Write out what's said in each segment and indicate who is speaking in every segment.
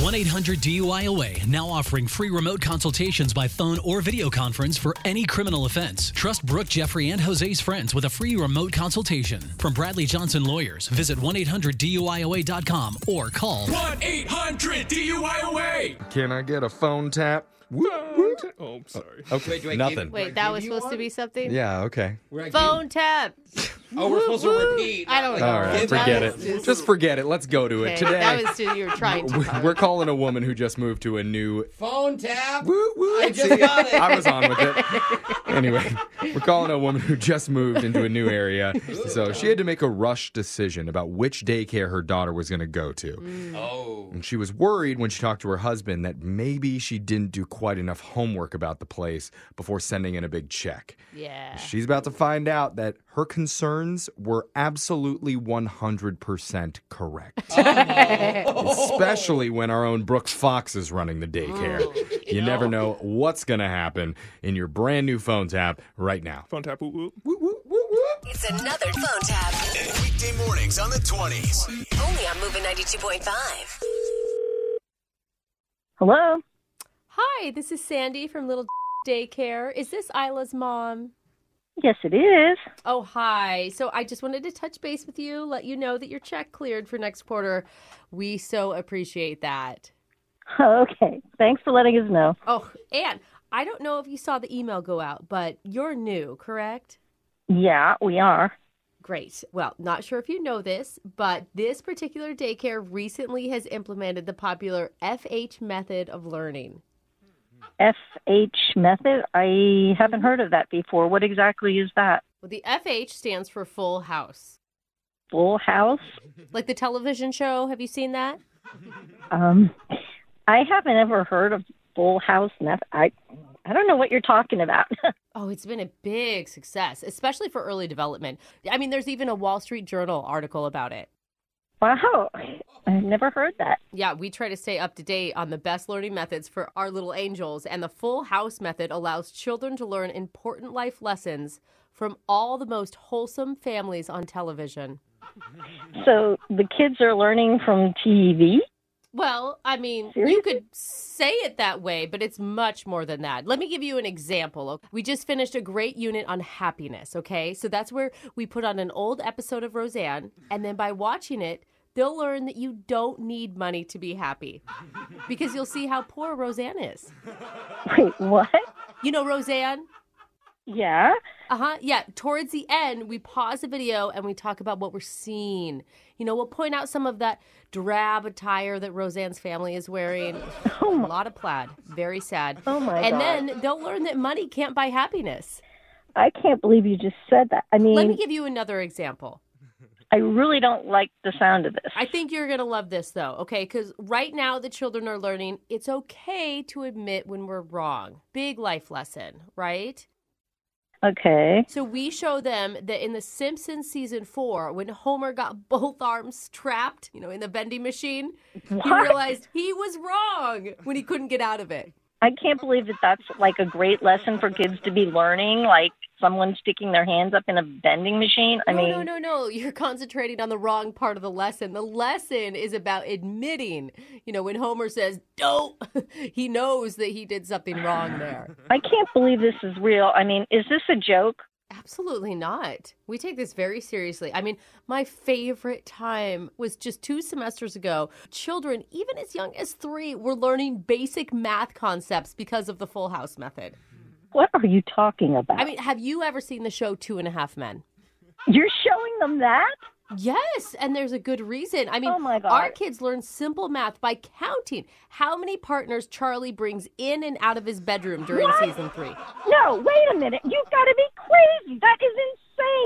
Speaker 1: 1 800 DUIOA now offering free remote consultations by phone or video conference for any criminal offense. Trust Brooke, Jeffrey, and Jose's friends with a free remote consultation. From Bradley Johnson Lawyers, visit 1 800 DUIOA.com or call
Speaker 2: 1 800 DUIOA.
Speaker 3: Can I get a phone tap? Whoop, whoop.
Speaker 4: Oh, I'm sorry.
Speaker 3: Okay,
Speaker 5: Wait, do I give-
Speaker 3: nothing.
Speaker 5: Wait,
Speaker 6: Wait, that
Speaker 5: do
Speaker 6: was
Speaker 5: you
Speaker 6: supposed to
Speaker 5: want-
Speaker 6: be something?
Speaker 3: Yeah, okay.
Speaker 5: We're not
Speaker 6: Phone tap.
Speaker 5: giving- Oh, we're supposed to
Speaker 6: Woo-woo.
Speaker 5: repeat.
Speaker 6: I don't know.
Speaker 3: All right,
Speaker 5: Give
Speaker 3: forget
Speaker 5: us
Speaker 3: it.
Speaker 5: this-
Speaker 3: Just forget it. Let's go to it.
Speaker 6: Okay,
Speaker 3: Today,
Speaker 6: That was just you were trying to.
Speaker 3: we- we're calling a woman who just moved to a new.
Speaker 5: Phone tap.
Speaker 3: Woo, woo.
Speaker 5: I just got it.
Speaker 3: I was on with it. Anyway, we're calling a woman who just moved into a new area. So she had to make a rush decision about which daycare her daughter was going to go to.
Speaker 5: Oh.
Speaker 3: And she was worried when she talked to her husband that maybe she didn't do quite enough homework about the place before sending in a big check.
Speaker 6: yeah.
Speaker 3: She's about to find out that her concerns were absolutely 100% correct. Especially when our own Brooks Fox is running the daycare. Oh, you never know what's going to happen in your brand new phone tap right now.
Speaker 4: Phone tap. Whoop, whoop.
Speaker 7: It's another phone tap.
Speaker 8: Weekday mornings on the 20s.
Speaker 7: Only on Moving 92.5.
Speaker 9: Hello.
Speaker 10: Hi, this is Sandy from Little Daycare. Is this Isla's mom?
Speaker 9: Yes, it is.
Speaker 10: Oh, hi. So I just wanted to touch base with you, let you know that your check cleared for next quarter. We so appreciate that.
Speaker 9: Okay. Thanks for letting us know.
Speaker 10: Oh, and I don't know if you saw the email go out, but you're new, correct?
Speaker 9: Yeah, we are.
Speaker 10: Great. Well, not sure if you know this, but this particular daycare recently has implemented the popular FH method of learning.
Speaker 9: FH method. I haven't heard of that before. What exactly is that?
Speaker 10: Well, the FH stands for full house.
Speaker 9: Full house?
Speaker 10: Like the television show, have you seen that?
Speaker 9: Um, I haven't ever heard of full house method. I, I don't know what you're talking about.
Speaker 10: Oh, it's been a big success, especially for early development. I mean, there's even a Wall Street Journal article about it.
Speaker 9: wow, I've never heard that.
Speaker 10: Yeah, we try to stay up to date on the best learning methods for our little angels, and the Full House method allows children to learn important life lessons from all the most wholesome families on television.
Speaker 9: So the kids are learning from TV.
Speaker 10: Well, I mean, you
Speaker 9: Seriously?
Speaker 10: could say it that way, but it's much more than that. Let me give you an example. We just finished a great unit on happiness, okay? So that's where we put on an old episode of Roseanne, and then by watching it, they'll learn that you don't need money to be happy because you'll see how poor Roseanne is.
Speaker 9: Wait, what?
Speaker 10: You know, Roseanne?
Speaker 9: Yeah.
Speaker 10: Uh huh. Yeah. Towards the end, we pause the video and we talk about what we're seeing. You know, we'll point out some of that drab attire that Roseanne's family is wearing. A lot of plaid. Very sad.
Speaker 9: Oh my
Speaker 10: And
Speaker 9: God.
Speaker 10: then they'll learn that money can't buy happiness.
Speaker 9: I can't believe you just said that. I mean,
Speaker 10: Let me give you another example.
Speaker 9: I really don't like the sound of this.
Speaker 10: I think you're going to love this, though, okay? Because right now the children are learning it's okay to admit when we're wrong. Big life lesson, right?
Speaker 9: okay.
Speaker 10: So we show them that in The Simpsons season four, when Homer got both arms trapped, you know, in the vending machine, he
Speaker 9: What?
Speaker 10: realized he was wrong when he couldn't get out of it.
Speaker 9: I can't believe that that's like a great lesson for kids to be learning, like someone sticking their hands up in a vending machine. I
Speaker 10: no,
Speaker 9: mean,
Speaker 10: no, no, no. You're concentrating on the wrong part of the lesson. The lesson is about admitting. You know, when Homer says, don't, he knows that he did something wrong there.
Speaker 9: I can't believe this is real. I mean, is this a joke?
Speaker 10: Absolutely not. We take this very seriously. I mean, my favorite time was just two semesters ago. Children, even as young as three, were learning basic math concepts because of the Full House method.
Speaker 9: What are you talking about?
Speaker 10: I mean, have you ever seen the show Two and a Half Men?
Speaker 9: You're showing them that?
Speaker 10: Yes, and there's a good reason. I mean,
Speaker 9: Oh my God.
Speaker 10: our kids learn simple math by counting how many partners Charlie brings in and out of his bedroom during season three.
Speaker 9: No, wait a minute. You've got to be crazy. That is insane.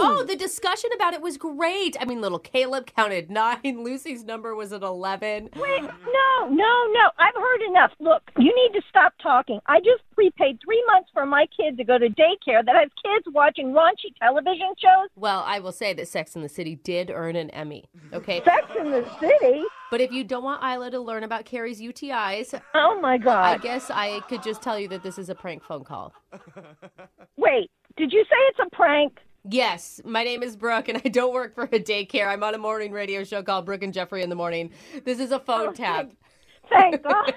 Speaker 10: Oh, the discussion about it was great. I mean, little Caleb counted nine. Lucy's number was at 11.
Speaker 9: Wait, no, no, no. I've heard enough. Look, you need to stop talking. I just prepaid three months for my kid to go to daycare that has kids watching raunchy television shows.
Speaker 10: Well, I will say that Sex in the City did earn an Emmy. Okay.
Speaker 9: Sex in the City.
Speaker 10: But if you don't want Isla to learn about Carrie's UTIs,
Speaker 9: Oh my
Speaker 10: I
Speaker 9: God.
Speaker 10: guess I could just tell you that this is a prank phone call.
Speaker 9: Wait, did you say it's a prank?
Speaker 10: Yes, my name is Brooke, and I don't work for a daycare. I'm on a morning radio show called Brooke and Jeffrey in the Morning. This is a phone tap.
Speaker 9: Thank God.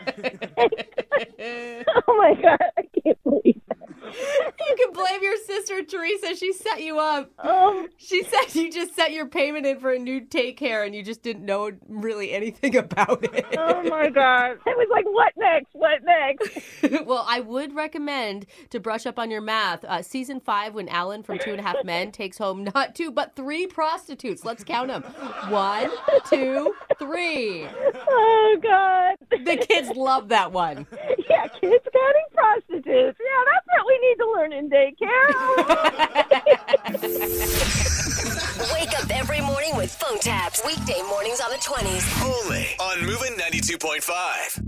Speaker 9: oh my God, I can't believe that.
Speaker 10: You can blame your sister Teresa. She set you up.
Speaker 9: Um,
Speaker 10: She said you just set your payment in for a new take care and you just didn't know really anything about it.
Speaker 9: oh my God. I was like, what next? What next?
Speaker 10: well, I would recommend to brush up on your math. Uh, season five, when Alan from Two and a Half Men takes home not two, but three prostitutes. Let's count them. One, two, three.
Speaker 9: Oh God.
Speaker 10: The kids love that one.
Speaker 9: Yeah, kids getting prostitutes. Yeah, that's what we need to learn in daycare. Oh,
Speaker 7: Wake up every morning with phone taps. Weekday mornings on the 20s.
Speaker 8: Only on Moving 92.5.